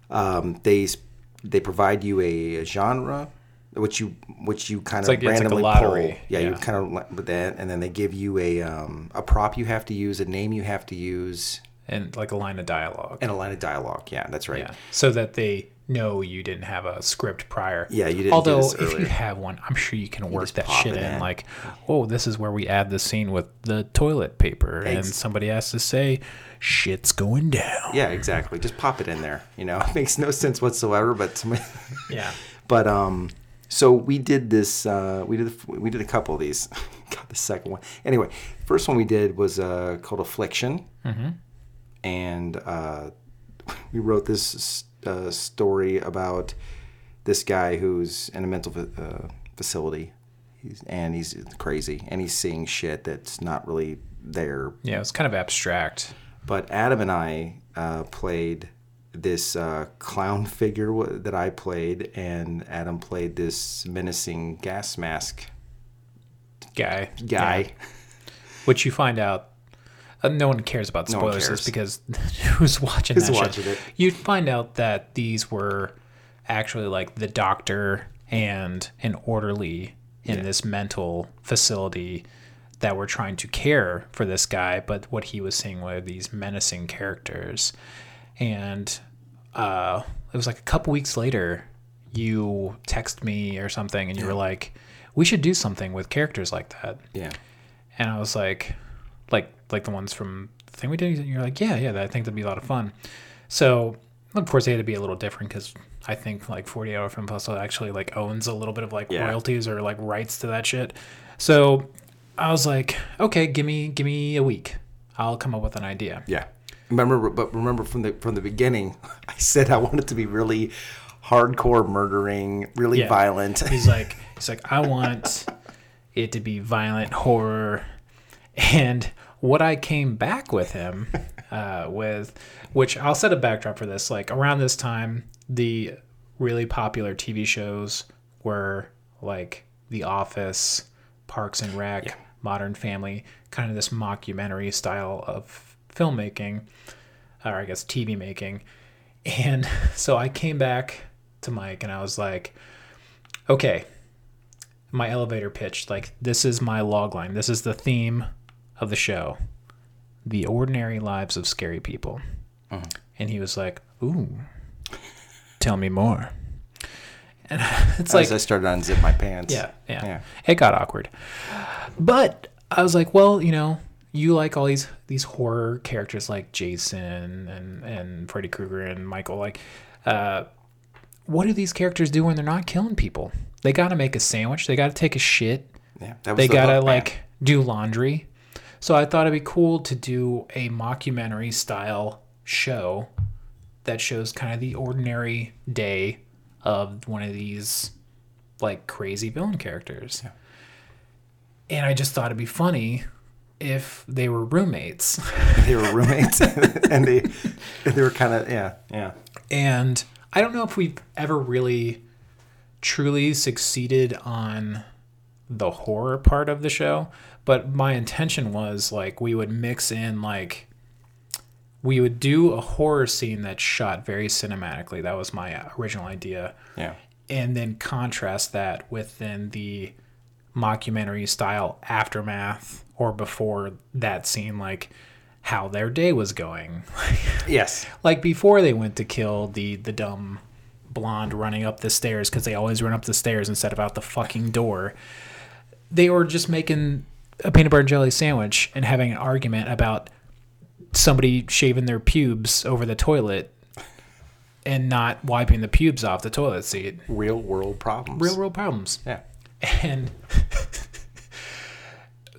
[SPEAKER 2] um, they s- they provide you a, a genre which you which you kind of
[SPEAKER 1] like- it's like a
[SPEAKER 2] randomly
[SPEAKER 1] lottery,
[SPEAKER 2] poll. Yeah, you
[SPEAKER 1] yeah.
[SPEAKER 2] kind of li- but then and then they give you a um, a prop you have to use, a name you have to use,
[SPEAKER 1] and like a line of dialogue.
[SPEAKER 2] and a line of dialogue. Yeah, that's right.
[SPEAKER 1] Yeah. So that they know you didn't have a script prior.
[SPEAKER 2] Yeah, you didn't do
[SPEAKER 1] Although,
[SPEAKER 2] this
[SPEAKER 1] if you
[SPEAKER 2] earlier.
[SPEAKER 1] have one, I'm sure you can work
[SPEAKER 2] just
[SPEAKER 1] that
[SPEAKER 2] pop
[SPEAKER 1] shit
[SPEAKER 2] it
[SPEAKER 1] in.
[SPEAKER 2] in.
[SPEAKER 1] Like, oh, this is where we add the scene with the toilet paper, and
[SPEAKER 2] Ex-
[SPEAKER 1] somebody has to say, "Shit's going down."
[SPEAKER 2] Yeah, exactly. Just pop it in there. You know, (laughs) it makes no sense whatsoever, but (laughs) somebody.
[SPEAKER 1] Yeah.
[SPEAKER 2] But um, so we did this. Uh, we did we did a couple of these. (laughs) Got the second one. Anyway, first one we did was uh, called Affliction, and uh, we wrote this uh, story about this guy who's in a mental fa- uh, facility, he's, and he's crazy, and he's seeing shit that's not really there,
[SPEAKER 1] Yeah, it's kind of abstract.
[SPEAKER 2] but Adam and I uh, played this uh, clown figure w- that I played, and Adam played this menacing gas mask
[SPEAKER 1] Guy.
[SPEAKER 2] guy.
[SPEAKER 1] Yeah. Which you find out. Uh, no one cares about
[SPEAKER 2] No one
[SPEAKER 1] spoilers
[SPEAKER 2] cares.
[SPEAKER 1] because (laughs) who's watching
[SPEAKER 2] Who's
[SPEAKER 1] that shit?
[SPEAKER 2] watching it?
[SPEAKER 1] You'd find out that these were actually like the doctor and an orderly in this mental facility that were trying to care for this guy, but what he was seeing were these menacing characters. And uh, it was like a couple weeks later, you text me or something, and you were like, "We should do something with characters like that."
[SPEAKER 2] (laughs) Yeah.
[SPEAKER 1] and I was like, like like the ones from the thing we did. And you're like, yeah, yeah, I think that'd be a lot of fun. So of course they had to be a little different because I think like 40 Hour Film Festival actually like owns a little bit of like
[SPEAKER 2] Yeah.
[SPEAKER 1] royalties or like rights to that shit. So I was like, okay, give me give me a week. I'll come up with an idea.
[SPEAKER 2] Yeah. Remember, but remember from the from the beginning, (laughs) I said I wanted to be really hardcore murdering, really
[SPEAKER 1] Yeah.
[SPEAKER 2] violent.
[SPEAKER 1] He's like, he's like, I want it to be violent horror. And what I came back with him uh, with, which I'll set a backdrop for this. Like around this time, the really popular TV shows were like The Office, Parks and Rec, Modern Family, kind of this mockumentary style of filmmaking, or I guess TV making. And (laughs) so I came back to Mike and I was like, okay my elevator pitch like this is my log line this is the theme of the show the ordinary lives of scary people and he was like ooh tell me more and (laughs) it's like
[SPEAKER 2] (laughs) As I started to unzip my pants.
[SPEAKER 1] yeah, yeah,
[SPEAKER 2] Yeah.
[SPEAKER 1] It got awkward. But I was like, well, you know, you like all these these horror characters like Jason and and Freddy Krueger and Michael. Like, uh, what do these characters do when they're not killing people? They got to make a sandwich. They got to take a shit.
[SPEAKER 2] Yeah. That was
[SPEAKER 1] They
[SPEAKER 2] the
[SPEAKER 1] got to
[SPEAKER 2] hook, man.
[SPEAKER 1] like do laundry. So I thought it'd be cool to do a mockumentary style show that shows kind of the ordinary day of one of these like crazy villain characters. And I just thought it'd be funny if they were roommates.
[SPEAKER 2] (laughs)
[SPEAKER 1] (laughs)
[SPEAKER 2] they were roommates (laughs) and they they were kind of yeah yeah
[SPEAKER 1] and I don't know if we've ever really truly succeeded on the horror part of the show, but my intention was like we would mix in like we would do a horror scene that's shot very cinematically. That was my uh, original idea.
[SPEAKER 2] yeah
[SPEAKER 1] and then contrast that with then the mockumentary style aftermath or before that scene like how their day was going (laughs)
[SPEAKER 2] yes
[SPEAKER 1] like before they went to kill the the dumb blonde running up the stairs because they always run up the stairs instead of out the fucking door they were just making a peanut butter and jelly sandwich and having an argument about somebody shaving their pubes over the toilet and not wiping the pubes off the toilet seat
[SPEAKER 2] real world problems
[SPEAKER 1] real world problems
[SPEAKER 2] yeah
[SPEAKER 1] and (laughs)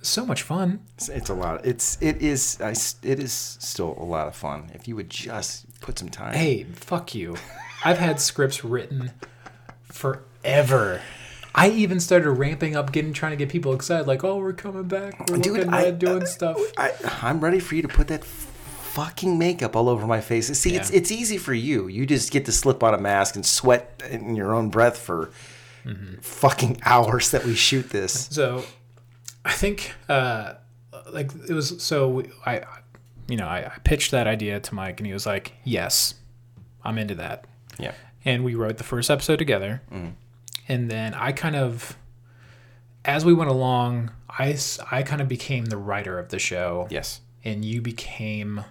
[SPEAKER 1] so much fun
[SPEAKER 2] it's, it's a lot it's it is I s it is still a lot of fun if you would just put some time
[SPEAKER 1] hey fuck you i've had scripts written forever i even started ramping up getting trying to get people excited like oh we're coming back we're
[SPEAKER 2] Dude,
[SPEAKER 1] looking
[SPEAKER 2] I-
[SPEAKER 1] red, doing stuff
[SPEAKER 2] I, I'm ready for you to put that fucking makeup all over my face. See, it's
[SPEAKER 1] Yeah.
[SPEAKER 2] it's easy for you. You just get to slip on a mask and sweat in your own breath for Mm-hmm. fucking hours that we shoot this.
[SPEAKER 1] so i think uh like it was so we, i you know I, I pitched that idea to mike and he was like yes i'm into that
[SPEAKER 2] Yeah.
[SPEAKER 1] and we wrote the first episode together.
[SPEAKER 2] Mm.
[SPEAKER 1] And then I kind of, as we went along, I, s- I kind of became the writer of the show,
[SPEAKER 2] Yes.
[SPEAKER 1] and you became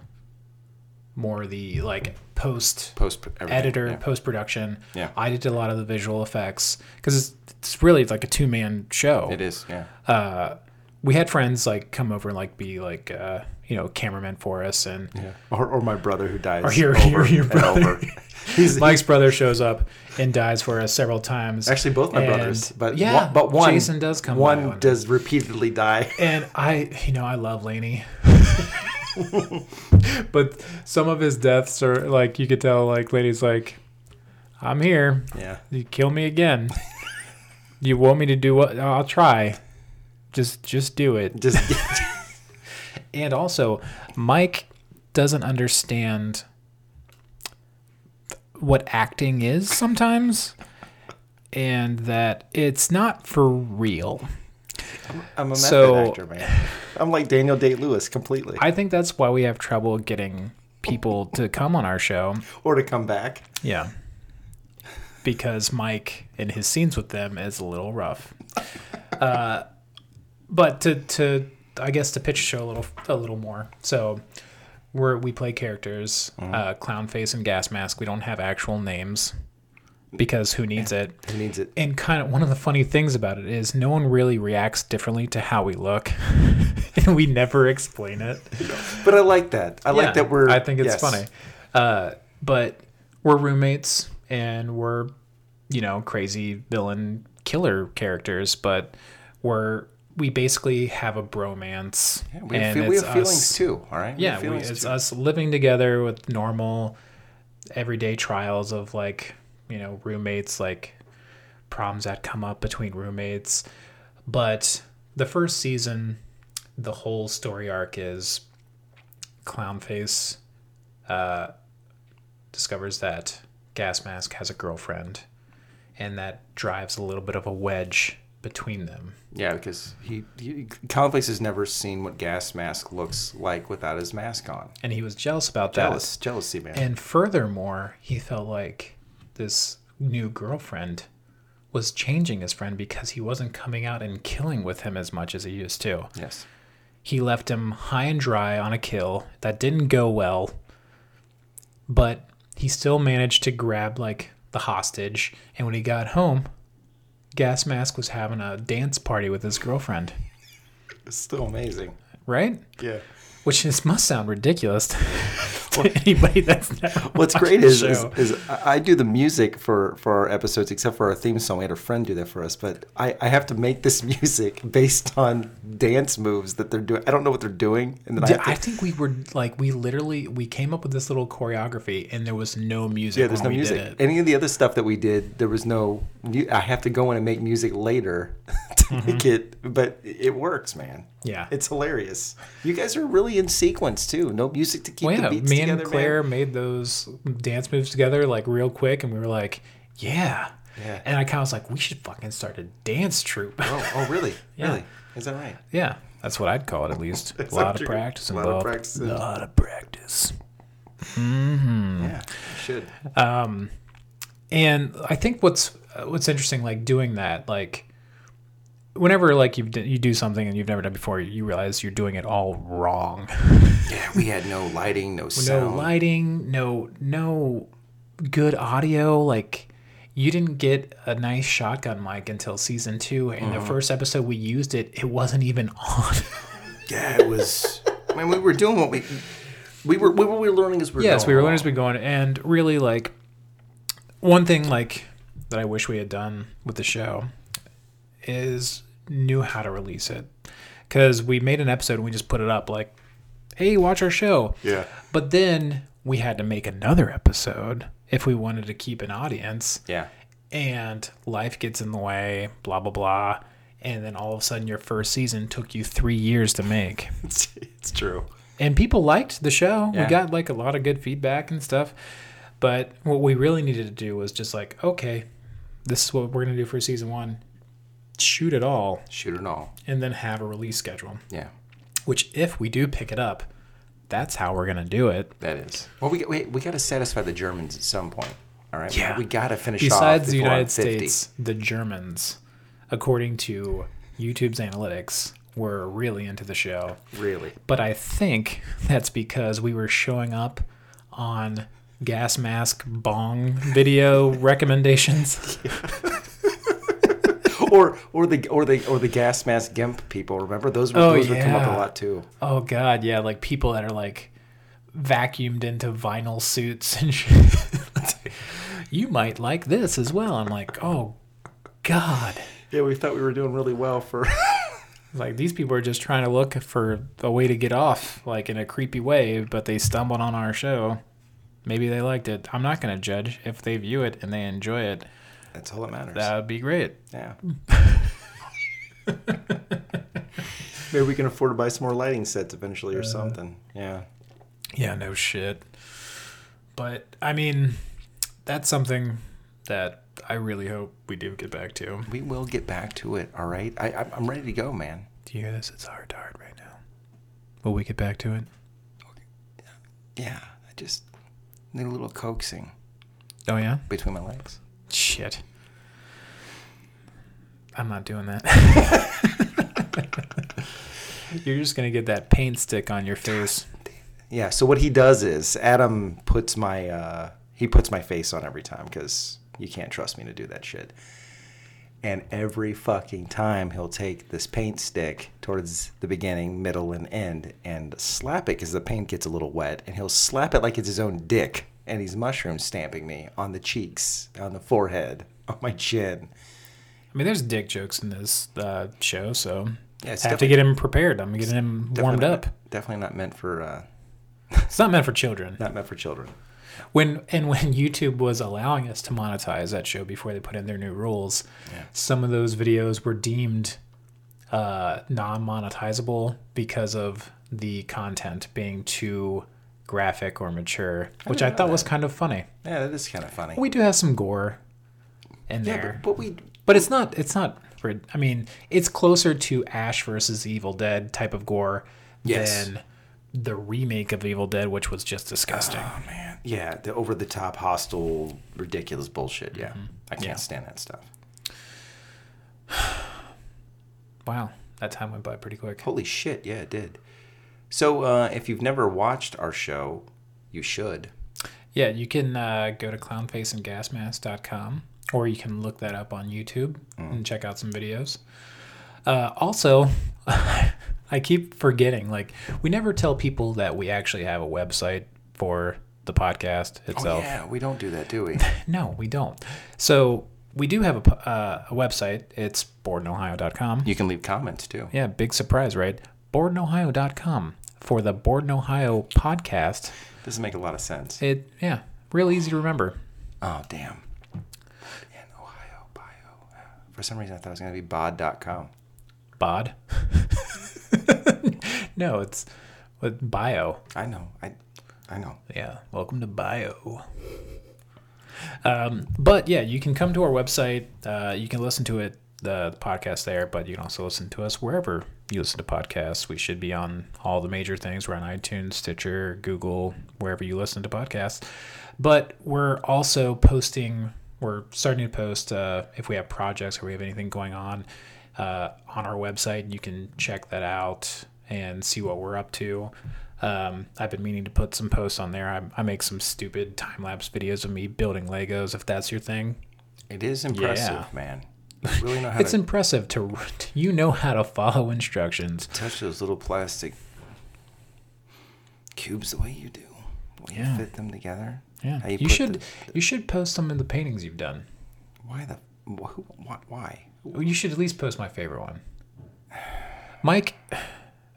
[SPEAKER 1] more the like post
[SPEAKER 2] Post everything.
[SPEAKER 1] editor
[SPEAKER 2] Yeah.
[SPEAKER 1] post production.
[SPEAKER 2] Yeah.
[SPEAKER 1] I did a lot of the visual effects because it's, it's really like a two man show
[SPEAKER 2] It is. Yeah.
[SPEAKER 1] we had friends like come over and like be like uh you know cameraman for us and
[SPEAKER 2] yeah. Or, or my brother who dies.
[SPEAKER 1] Or your-
[SPEAKER 2] over
[SPEAKER 1] your- your
[SPEAKER 2] and
[SPEAKER 1] brother.
[SPEAKER 2] over. (laughs)
[SPEAKER 1] (laughs)
[SPEAKER 2] He's
[SPEAKER 1] mike's brother shows up and dies for us several times
[SPEAKER 2] actually both my
[SPEAKER 1] And-
[SPEAKER 2] brothers, but
[SPEAKER 1] yeah
[SPEAKER 2] one, but one
[SPEAKER 1] jason does come by
[SPEAKER 2] One
[SPEAKER 1] one
[SPEAKER 2] does repeatedly die.
[SPEAKER 1] and I, you know, I love Laney. (laughs) but some of his deaths are like you could tell, like Laney's like, "I'm here.
[SPEAKER 2] Yeah.
[SPEAKER 1] You kill me again. you want me to do what? I'll try. Just, just do it."
[SPEAKER 2] Just
[SPEAKER 1] (laughs) And also, Mike doesn't understand what acting is sometimes, and that it's not for real.
[SPEAKER 2] I'm a method
[SPEAKER 1] So-
[SPEAKER 2] actor, man. I'm like Daniel Day Lewis completely,
[SPEAKER 1] I think that's why we have trouble getting people to come on our show.
[SPEAKER 2] or to come back.
[SPEAKER 1] Yeah. Because Mike and his scenes with them is a little rough. Uh, but to, to I guess to pitch the show a little a little more. So we're we play characters, uh, clown face and gas mask. We don't have actual names because who needs it?
[SPEAKER 2] Who needs it?
[SPEAKER 1] And kind of one of the funny things about it is no one really reacts differently to how we look. (laughs) and we never explain it.
[SPEAKER 2] But I like that. I like
[SPEAKER 1] Yeah,
[SPEAKER 2] that we're.
[SPEAKER 1] I think it's
[SPEAKER 2] yes.
[SPEAKER 1] funny. Uh, but we're roommates and we're, you know, crazy villain killer characters, but we're we basically have a bromance.
[SPEAKER 2] Yeah, we, have, feel, we have feelings too. All right. We have
[SPEAKER 1] Yeah, we,
[SPEAKER 2] feelings
[SPEAKER 1] it's
[SPEAKER 2] too.
[SPEAKER 1] us living together with normal, everyday trials of like you know roommates, like problems that come up between roommates. But the first season, the whole story arc is Clownface uh, discovers that Gas Mask has a girlfriend, and that drives a little bit of a wedge between them.
[SPEAKER 2] Yeah, because he, he Clownface has never seen what gas mask looks like without his mask on.
[SPEAKER 1] And he was jealous about that.
[SPEAKER 2] Jealous, jealousy, man.
[SPEAKER 1] And furthermore, he felt like this new girlfriend was changing his friend because he wasn't coming out and killing with him as much as he used to.
[SPEAKER 2] yes.
[SPEAKER 1] He left him high and dry on a kill that didn't go well, but he still managed to grab like the hostage. And when he got home, Gas Mask was having a dance party with his girlfriend,
[SPEAKER 2] It's still amazing.
[SPEAKER 1] right?
[SPEAKER 2] Yeah.
[SPEAKER 1] Which is, must sound ridiculous (laughs) to anybody that's never
[SPEAKER 2] What's
[SPEAKER 1] watched
[SPEAKER 2] great
[SPEAKER 1] the
[SPEAKER 2] is, is
[SPEAKER 1] show.
[SPEAKER 2] is I I do the music for for our episodes, except for our theme song. We had a friend do that for us, but I I have to make this (laughs) music based on dance moves that they're doing. I don't know what they're doing, and then I
[SPEAKER 1] Dude,
[SPEAKER 2] have to
[SPEAKER 1] I think we were like we literally we came up with this little choreography and there was no music.
[SPEAKER 2] Yeah, there's no
[SPEAKER 1] when Oh, we did
[SPEAKER 2] music.
[SPEAKER 1] it.
[SPEAKER 2] Any of the other stuff that we did, there was no. mu- I have to go in and make music later (laughs) to make it, but it works, man.
[SPEAKER 1] Mm-hmm. Yeah.
[SPEAKER 2] it's hilarious. You guys are really in sequence too. No music to keep
[SPEAKER 1] Well,
[SPEAKER 2] the
[SPEAKER 1] yeah,
[SPEAKER 2] beats
[SPEAKER 1] me
[SPEAKER 2] together,
[SPEAKER 1] and Claire
[SPEAKER 2] man.
[SPEAKER 1] made those dance moves together like real quick, and we were like, yeah.
[SPEAKER 2] Yeah.
[SPEAKER 1] And I kind of was like, we should fucking start a dance troupe. (laughs)
[SPEAKER 2] Oh, oh, really?
[SPEAKER 1] Yeah.
[SPEAKER 2] Really? Is that right?
[SPEAKER 1] yeah, that's what I'd call it at least. a
[SPEAKER 2] up
[SPEAKER 1] lot
[SPEAKER 2] to
[SPEAKER 1] of
[SPEAKER 2] you.
[SPEAKER 1] practice
[SPEAKER 2] Lot of
[SPEAKER 1] involved.
[SPEAKER 2] practice.
[SPEAKER 1] lot of practice. Mm.
[SPEAKER 2] Yeah, you should.
[SPEAKER 1] and I think what's uh, what's interesting, like doing that, like whenever like you you do something and you've never done before, you realize you're doing it all wrong. (laughs)
[SPEAKER 2] Yeah, we had no lighting, no
[SPEAKER 1] no
[SPEAKER 2] sound.
[SPEAKER 1] lighting, no no good audio. Like you didn't get a nice shotgun mic until season two. In the first episode we used it, it wasn't even (laughs) on.
[SPEAKER 2] Yeah, it was. I mean, we were doing what we. We were, we were, we were learning as we were
[SPEAKER 1] yes,
[SPEAKER 2] going
[SPEAKER 1] we were
[SPEAKER 2] along.
[SPEAKER 1] learning as we go on, and really like one thing like that I wish we had done with the show is knew how to release it because we made an episode and we just put it up like, hey, watch our show.
[SPEAKER 2] Yeah.
[SPEAKER 1] But then we had to make another episode if we wanted to keep an audience.
[SPEAKER 2] Yeah.
[SPEAKER 1] and life gets in the way, blah blah blah, and then all of a sudden your first season took you three years to make.
[SPEAKER 2] It's, it's true.
[SPEAKER 1] And people liked the show.
[SPEAKER 2] Yeah.
[SPEAKER 1] We got like a lot of good feedback and stuff. But what we really needed to do was just like, okay, this is what we're gonna do for season one. Shoot it all
[SPEAKER 2] Shoot it all.
[SPEAKER 1] and then have a release schedule.
[SPEAKER 2] Yeah.
[SPEAKER 1] Which if we do pick it up, that's how we're gonna do it.
[SPEAKER 2] That is. Well, we we, we got to satisfy the Germans at some point. All right.
[SPEAKER 1] Yeah.
[SPEAKER 2] We, got to finish off.
[SPEAKER 1] Besides the
[SPEAKER 2] before I'm
[SPEAKER 1] United
[SPEAKER 2] 50.
[SPEAKER 1] States, the Germans, according to YouTube's analytics, were really into the show.
[SPEAKER 2] Really.
[SPEAKER 1] But I think that's because we were showing up on gas mask bong video recommendations.
[SPEAKER 2] Or or the or the or the gas mask gimp people. Remember those? Were,
[SPEAKER 1] Oh,
[SPEAKER 2] those would come up a
[SPEAKER 1] yeah.
[SPEAKER 2] lot too.
[SPEAKER 1] Oh god, yeah, like people that are like vacuumed into vinyl suits and (laughs) shit. you might like this as well. I'm like, "Oh god."
[SPEAKER 2] Yeah, we thought we were doing really well for.
[SPEAKER 1] Like these people are just trying to look for a way to get off, like in a creepy way, but they stumbled on our show. Maybe they liked it. I'm not gonna judge if they view it and they enjoy it.
[SPEAKER 2] That's all that matters.
[SPEAKER 1] That would be great.
[SPEAKER 2] yeah. Hmm. (laughs) Maybe we can afford to buy some more lighting sets eventually or something. Yeah.
[SPEAKER 1] Yeah, no shit. But I mean, that's something that I really hope we do get back to.
[SPEAKER 2] We will get back to it. All right. I, I'm- I'm ready to go, man.
[SPEAKER 1] Do you hear this? It's hard to hard right now. Will we get back to it?
[SPEAKER 2] Yeah. I just need a little coaxing
[SPEAKER 1] Oh yeah.
[SPEAKER 2] between my legs.
[SPEAKER 1] Shit. I'm not doing that. (laughs) You're just gonna get that paint stick on your face.
[SPEAKER 2] Yeah. So what he does is Adam puts my uh, he puts my face on every time because you can't trust me to do that shit. And every fucking time he'll take this paint stick towards the beginning, middle, and end and slap it because the paint gets a little wet. And he'll slap it like it's his own dick. And he's mushroom stamping me on the cheeks, on the forehead, (laughs) on my chin.
[SPEAKER 1] I mean, there's dick jokes in this uh, show, so
[SPEAKER 2] Yeah, it's
[SPEAKER 1] have to
[SPEAKER 2] definitely-
[SPEAKER 1] get him prepared. I'm getting him warmed
[SPEAKER 2] Definitely
[SPEAKER 1] up.
[SPEAKER 2] not- Definitely not meant for uh,
[SPEAKER 1] It's not meant for children.
[SPEAKER 2] not meant for children.
[SPEAKER 1] When and when (laughs) YouTube was allowing us to monetize that show before they put in their new rules, some of those videos were deemed uh, non-monetizable because of the content being too graphic or mature, which I,
[SPEAKER 2] know
[SPEAKER 1] thought was kind of funny.
[SPEAKER 2] Yeah, that is kind of funny.
[SPEAKER 1] We do have some gore in
[SPEAKER 2] yeah,
[SPEAKER 1] there,
[SPEAKER 2] but, but we
[SPEAKER 1] but it's not it's not rid- i mean it's closer to ash versus evil dead type of gore
[SPEAKER 2] Yes.
[SPEAKER 1] than the remake of evil dead which was just disgusting
[SPEAKER 2] man. Yeah, the over the top, hostile, ridiculous bullshit. Yeah, I can't
[SPEAKER 1] Mm-hmm. Yeah.
[SPEAKER 2] stand that stuff.
[SPEAKER 1] wow that time went by pretty quick
[SPEAKER 2] Holy shit! Yeah, it did. So uh, if you've never watched our show, you should.
[SPEAKER 1] yeah you can uh, go to clownfaceandgasmask.com or you can look that up on youtube and check out some videos uh, also (laughs) i keep forgetting like we never tell people that we actually have a website for the podcast itself
[SPEAKER 2] yeah, we don't do that, do
[SPEAKER 1] (laughs)
[SPEAKER 2] we?
[SPEAKER 1] No, we don't. So we do have a, p- uh, a website. It's BordenOhio.com.
[SPEAKER 2] you can leave comments too.
[SPEAKER 1] Yeah, big surprise, right? BordenOhio.com for the Borden Ohio podcast.
[SPEAKER 2] Doesn't make a lot of sense.
[SPEAKER 1] It yeah, real easy to remember.
[SPEAKER 2] Oh damn. In Ohio, bio. For some reason, I thought it was gonna be bod.com.
[SPEAKER 1] Bod. (laughs) no, it's with bio.
[SPEAKER 2] I know. I, I know.
[SPEAKER 1] Yeah, welcome to bio. Um, but yeah, you can come to our website. Uh, you can listen to it, the, the podcast there, but you can also listen to us wherever you listen to podcasts. We should be on all the major things. We're on iTunes, Stitcher, Google, wherever you listen to podcasts. But we're also posting, we're starting to post uh, if we have projects or we have anything going on uh, on our website. You can check that out and see what we're up to. Um, I've been meaning to put some posts on there. I, I make some stupid time lapse videos of me building Legos, if that's your thing.
[SPEAKER 2] It is impressive,
[SPEAKER 1] Yeah.
[SPEAKER 2] man. You really know how
[SPEAKER 1] it's
[SPEAKER 2] to
[SPEAKER 1] impressive to (laughs) you know how to follow instructions.
[SPEAKER 2] touch those little plastic cubes the way you do. The way
[SPEAKER 1] Yeah.
[SPEAKER 2] you fit them together.
[SPEAKER 1] Yeah,
[SPEAKER 2] How
[SPEAKER 1] you,
[SPEAKER 2] put
[SPEAKER 1] should
[SPEAKER 2] the-
[SPEAKER 1] you should post some of the paintings you've done.
[SPEAKER 2] why the? wh- Who, why? Why?
[SPEAKER 1] Well, You should at least post my favorite one. Mike,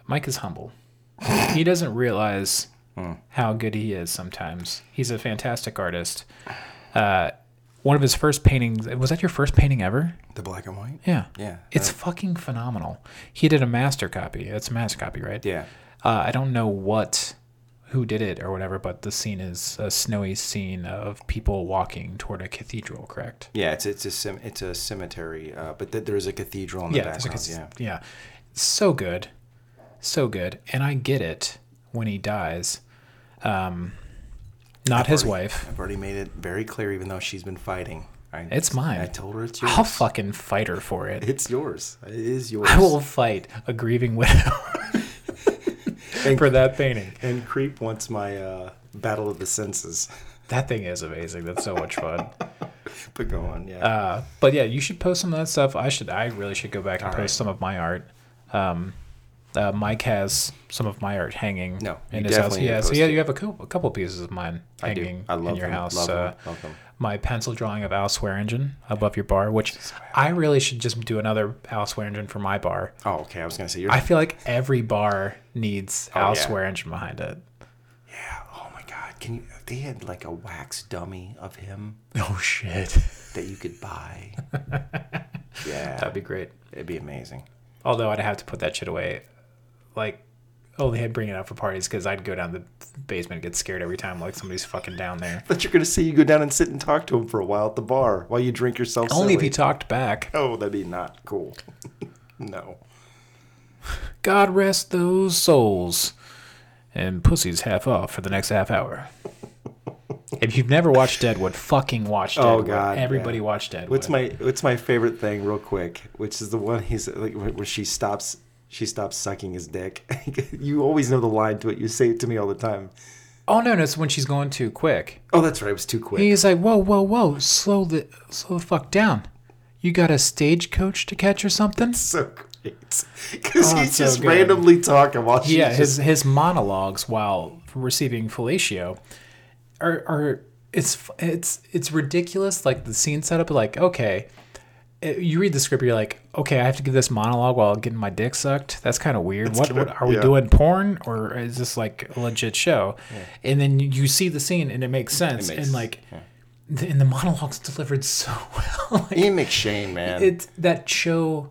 [SPEAKER 1] Mike is humble. he doesn't realize
[SPEAKER 2] Hmm.
[SPEAKER 1] how good he is sometimes. He's a fantastic artist. Uh, one of his first paintings was that your first painting ever?
[SPEAKER 2] The black and white.
[SPEAKER 1] Yeah.
[SPEAKER 2] Yeah. uh,
[SPEAKER 1] It's fucking phenomenal. He did a master copy. It's a master copy, right?
[SPEAKER 2] Yeah.
[SPEAKER 1] Uh, I don't know what, who did it or whatever, but the scene is a snowy scene of people walking toward a cathedral, correct?
[SPEAKER 2] Yeah. It's it's a cem- it's a cemetery, uh, but th- there is a cathedral in the
[SPEAKER 1] there's
[SPEAKER 2] background.
[SPEAKER 1] a,
[SPEAKER 2] yeah.
[SPEAKER 1] cath- yeah. So good. So good. And I get it when he dies. Um, not his wife.
[SPEAKER 2] I've already made it very clear, even though she's been fighting. I,
[SPEAKER 1] It's mine.
[SPEAKER 2] I told her it's yours.
[SPEAKER 1] I'll fucking fight her for it.
[SPEAKER 2] it's yours. It is yours.
[SPEAKER 1] I will fight a grieving widow (laughs) for that painting.
[SPEAKER 2] And creep wants my uh, battle of the senses. (laughs)
[SPEAKER 1] That thing is amazing. That's so much fun.
[SPEAKER 2] but go on. Yeah.
[SPEAKER 1] Uh, but yeah, you should post some of that stuff. I should. I really should go back and post some of my art. Um, uh, Mike has some of my art hanging
[SPEAKER 2] No,
[SPEAKER 1] in
[SPEAKER 2] you
[SPEAKER 1] his house.
[SPEAKER 2] definitely
[SPEAKER 1] Yeah,
[SPEAKER 2] need to
[SPEAKER 1] so
[SPEAKER 2] post
[SPEAKER 1] yeah,
[SPEAKER 2] it.
[SPEAKER 1] you have a couple, a couple pieces of mine
[SPEAKER 2] I do.
[SPEAKER 1] hanging
[SPEAKER 2] I love
[SPEAKER 1] in your
[SPEAKER 2] them,
[SPEAKER 1] house.
[SPEAKER 2] love them,
[SPEAKER 1] uh,
[SPEAKER 2] love them.
[SPEAKER 1] My pencil drawing of Al Swearingen above your bar, which I really should just do another Al Swearingen for my bar.
[SPEAKER 2] oh, okay. I was gonna say yours.
[SPEAKER 1] I feel like every bar needs
[SPEAKER 2] Oh,
[SPEAKER 1] Al
[SPEAKER 2] yeah.
[SPEAKER 1] Swearingen behind it.
[SPEAKER 2] Yeah. Oh my God. Can you? They had like a wax dummy of him
[SPEAKER 1] Oh shit,
[SPEAKER 2] that you could
[SPEAKER 1] (laughs)
[SPEAKER 2] buy. yeah.
[SPEAKER 1] that'd be great.
[SPEAKER 2] It'd be amazing.
[SPEAKER 1] Although I'd have to put that shit away, like only had bring it out for parties because I'd go down the basement and get scared every time like somebody's fucking down there.
[SPEAKER 2] That you're gonna see you go down and sit and talk to him for a while at the bar while you drink yourself.
[SPEAKER 1] Only if
[SPEAKER 2] silly.
[SPEAKER 1] he talked back.
[SPEAKER 2] Oh, that'd be not cool. (laughs) no.
[SPEAKER 1] God rest those souls. And pussy's half off for the next half hour. if you've never watched Deadwood, fucking watch
[SPEAKER 2] Oh,
[SPEAKER 1] Deadwood.
[SPEAKER 2] God,
[SPEAKER 1] Everybody
[SPEAKER 2] yeah.
[SPEAKER 1] watch Deadwood.
[SPEAKER 2] What's my What's my favorite thing, real quick? Which is the one he's like wh- where she stops. She stops sucking his dick. (laughs) you always know the line to it. You say it to me all the time.
[SPEAKER 1] Oh no, no, it's when she's going too quick.
[SPEAKER 2] Oh, that's right. It was too quick.
[SPEAKER 1] He's like, whoa, whoa, whoa, slow the slow the fuck down. You got a stagecoach to catch or something?
[SPEAKER 2] so great (laughs) because
[SPEAKER 1] Oh,
[SPEAKER 2] he's
[SPEAKER 1] it's so
[SPEAKER 2] just
[SPEAKER 1] good.
[SPEAKER 2] randomly talking while she's
[SPEAKER 1] yeah,
[SPEAKER 2] just
[SPEAKER 1] his his monologues while receiving fellatio are are it's f- it's it's ridiculous. Like the scene setup, like okay, eh, you read the script, you're like, okay, I have to give this monologue while getting my dick sucked. That's kind of weird. What,
[SPEAKER 2] kinda-
[SPEAKER 1] what are we
[SPEAKER 2] yeah.
[SPEAKER 1] doing? Porn or is this like a legit show? And then you- you see the scene and it makes sense.
[SPEAKER 2] makes-
[SPEAKER 1] and like, the, and the monologues delivered so (laughs) well. Like,
[SPEAKER 2] Ian McShane, man.
[SPEAKER 1] it's that show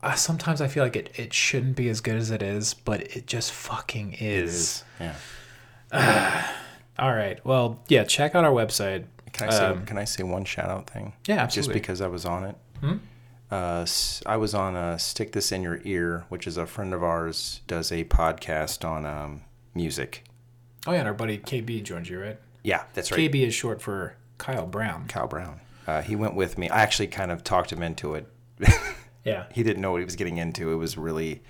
[SPEAKER 1] uh, sometimes i feel like it, it shouldn't be as good as it is but it just fucking is,
[SPEAKER 2] yeah.
[SPEAKER 1] (sighs) all right well yeah check out our website
[SPEAKER 2] Can I say Can I say one shout out thing?
[SPEAKER 1] Um, Yeah,
[SPEAKER 2] Just
[SPEAKER 1] absolutely. Hmm?
[SPEAKER 2] because I was on it. Uh, s- I was on uh, "Stick This in Your Ear," which is a friend of ours does a podcast on um, music.
[SPEAKER 1] oh yeah and our buddy kb joined you right
[SPEAKER 2] Yeah, that's right.
[SPEAKER 1] kb is short for kyle brown
[SPEAKER 2] Kyle Brown. Uh, he went with me. I actually kind of talked him into it.
[SPEAKER 1] yeah
[SPEAKER 2] he didn't know what he was getting into. It was really,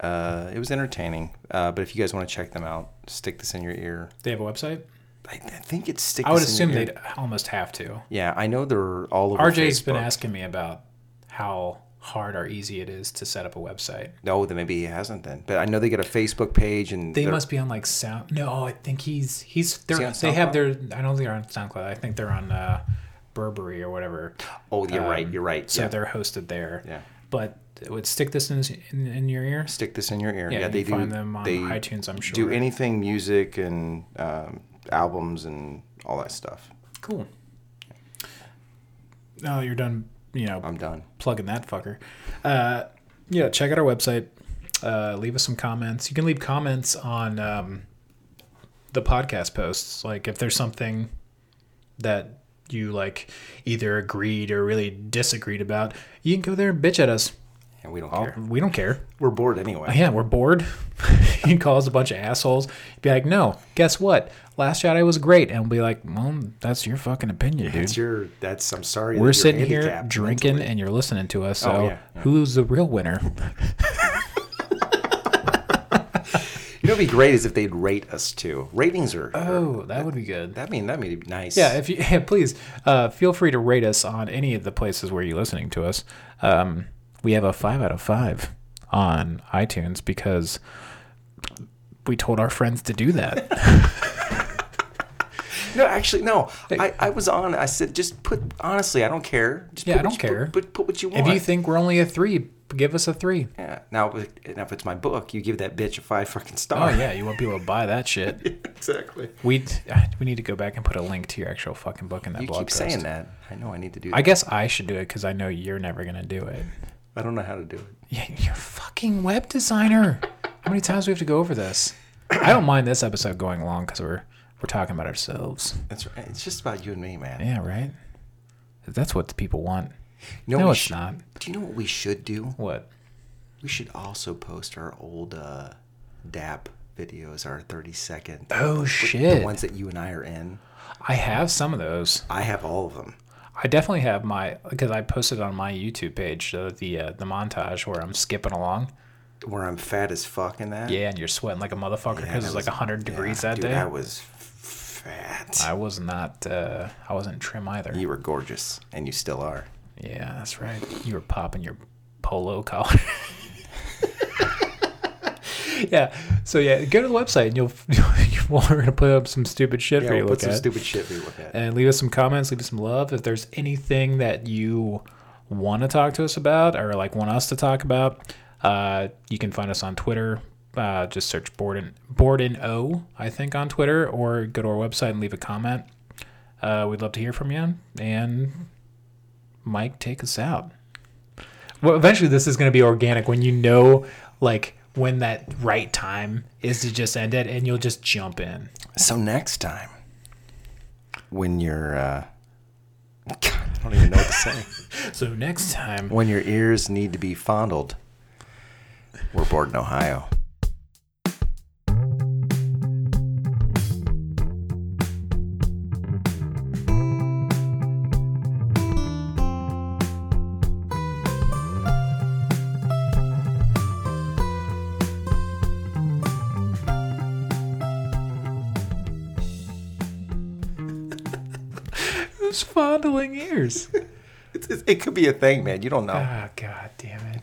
[SPEAKER 2] uh, it was entertaining. Uh, but if you guys want to check them out, stick this in your ear.
[SPEAKER 1] they have a website
[SPEAKER 2] I, I think it's stick.
[SPEAKER 1] i would
[SPEAKER 2] This
[SPEAKER 1] assume
[SPEAKER 2] in Your Ear.
[SPEAKER 1] they'd almost have to
[SPEAKER 2] Yeah, I know they're all over.
[SPEAKER 1] rj's been
[SPEAKER 2] Facebook.
[SPEAKER 1] asking me about how hard or easy it is to set up a website
[SPEAKER 2] No, then maybe he hasn't then. But I know they got a Facebook page and
[SPEAKER 1] They
[SPEAKER 2] they're-
[SPEAKER 1] must be on like sound. No, I think he's he's they're,
[SPEAKER 2] he on
[SPEAKER 1] they have their. I don't think they're on SoundCloud. I think they're on uh, Burberry or whatever.
[SPEAKER 2] Oh, you're right. You're right.
[SPEAKER 1] So
[SPEAKER 2] yeah.
[SPEAKER 1] they're hosted there.
[SPEAKER 2] Yeah.
[SPEAKER 1] But it would stick this in in, in your ear.
[SPEAKER 2] Stick this in your ear. Yeah,
[SPEAKER 1] you
[SPEAKER 2] they
[SPEAKER 1] can find
[SPEAKER 2] do.
[SPEAKER 1] them on
[SPEAKER 2] they
[SPEAKER 1] iTunes. I'm sure.
[SPEAKER 2] do anything music and um, albums and all that stuff.
[SPEAKER 1] cool. Now you're done. You know,
[SPEAKER 2] I'm done.
[SPEAKER 1] plugging that fucker. Uh, yeah, check out our website. Uh, leave us some comments. You can leave comments on um, the podcast posts. Like if there's something that you like either agreed or really disagreed about, you can go there and bitch at us.
[SPEAKER 2] And we don't care.
[SPEAKER 1] We don't care.
[SPEAKER 2] We're bored anyway.
[SPEAKER 1] Oh. (laughs) Yeah, we're bored. you can call us a bunch of assholes. Be like, no, guess what? Last shot I was great, and we'll be like, well, that's your fucking opinion, dude.
[SPEAKER 2] That's your. That's. I'm sorry.
[SPEAKER 1] We're
[SPEAKER 2] that you're
[SPEAKER 1] sitting here
[SPEAKER 2] handicapped
[SPEAKER 1] drinking,
[SPEAKER 2] mentally.
[SPEAKER 1] and you're listening to us. So,
[SPEAKER 2] Oh, yeah, yeah.
[SPEAKER 1] who's the real winner?
[SPEAKER 2] You know, what'd be great is if they'd rate us too. Ratings are.
[SPEAKER 1] Oh, that would be good.
[SPEAKER 2] that mean that may be nice.
[SPEAKER 1] Yeah, if you (laughs) yeah, please uh, feel free to rate us on any of the places where you're listening to us. Um, we have a five out of five on iTunes because we told our friends to do
[SPEAKER 2] (laughs)
[SPEAKER 1] that.
[SPEAKER 2] No, actually, no. I, I was on. I said, just put. Honestly, I don't care. Just
[SPEAKER 1] Yeah,
[SPEAKER 2] put
[SPEAKER 1] I don't
[SPEAKER 2] what you- put-
[SPEAKER 1] care.
[SPEAKER 2] Put, put what you want.
[SPEAKER 1] if you think we're only a three, give us a three.
[SPEAKER 2] Yeah. Now, if- now if it's my book, you give that bitch a five fucking
[SPEAKER 1] Oh
[SPEAKER 2] (laughs) star.
[SPEAKER 1] yeah, you want people to buy that shit?
[SPEAKER 2] (laughs) exactly.
[SPEAKER 1] We we need to go back and put a link to your actual fucking book in that
[SPEAKER 2] You
[SPEAKER 1] blog
[SPEAKER 2] keep
[SPEAKER 1] post.
[SPEAKER 2] saying that. I know I need to do.
[SPEAKER 1] I
[SPEAKER 2] That.
[SPEAKER 1] guess I should do it because I know you're never gonna do it.
[SPEAKER 2] I don't know how to do it.
[SPEAKER 1] Yeah, you're a fucking web designer. How many times do we have to go over this? I don't mind this episode going long because we're we're talking about ourselves.
[SPEAKER 2] That's right. It's just about you and me, man.
[SPEAKER 1] Yeah, right. That's what the people want.
[SPEAKER 2] You know
[SPEAKER 1] No,
[SPEAKER 2] we
[SPEAKER 1] it's
[SPEAKER 2] should-
[SPEAKER 1] not.
[SPEAKER 2] Do you know what we should do?
[SPEAKER 1] What?
[SPEAKER 2] We should also post our old uh, DAP videos, our 30 second.
[SPEAKER 1] Oh
[SPEAKER 2] The
[SPEAKER 1] shit!
[SPEAKER 2] ones that you and I are in.
[SPEAKER 1] I have some of those.
[SPEAKER 2] I have all of them.
[SPEAKER 1] I definitely have my because I posted on my YouTube page uh, the uh, the montage where I'm skipping along.
[SPEAKER 2] Where I'm fat as fuck in that.
[SPEAKER 1] Yeah, and you're sweating like a motherfucker
[SPEAKER 2] that
[SPEAKER 1] because it's
[SPEAKER 2] was-
[SPEAKER 1] like hundred degrees that
[SPEAKER 2] Dude,
[SPEAKER 1] day.
[SPEAKER 2] that was fat.
[SPEAKER 1] I was not. Uh, I wasn't trim either.
[SPEAKER 2] You were gorgeous, and you still are.
[SPEAKER 1] Yeah, that's right. You were popping your polo collar. (laughs) yeah. So yeah, go to the website and you'll (laughs) we're gonna put up some stupid shit
[SPEAKER 2] Yeah,
[SPEAKER 1] for you
[SPEAKER 2] we'll
[SPEAKER 1] to
[SPEAKER 2] put
[SPEAKER 1] look
[SPEAKER 2] some
[SPEAKER 1] at.
[SPEAKER 2] stupid shit for you to look at.
[SPEAKER 1] and leave us some comments, leave us some love. If there's anything that you want to talk to us about or like want us to talk about, uh, you can find us on Twitter. Uh, just search Borden Borden O, I think, on Twitter, or go to our website and leave a comment. Uh, we'd love to hear from you. And Mike, take us out. Well, eventually, this is going to be organic when you know, like, when that right time is to just end it, and you'll just jump in.
[SPEAKER 2] So next time, when you're, uh, God, I don't even know what to say.
[SPEAKER 1] So next time,
[SPEAKER 2] when your ears need to be fondled, we're bored in Ohio.
[SPEAKER 1] who's fondling ears?
[SPEAKER 2] It could be a thing, man. You don't know.
[SPEAKER 1] Ah, god damn it.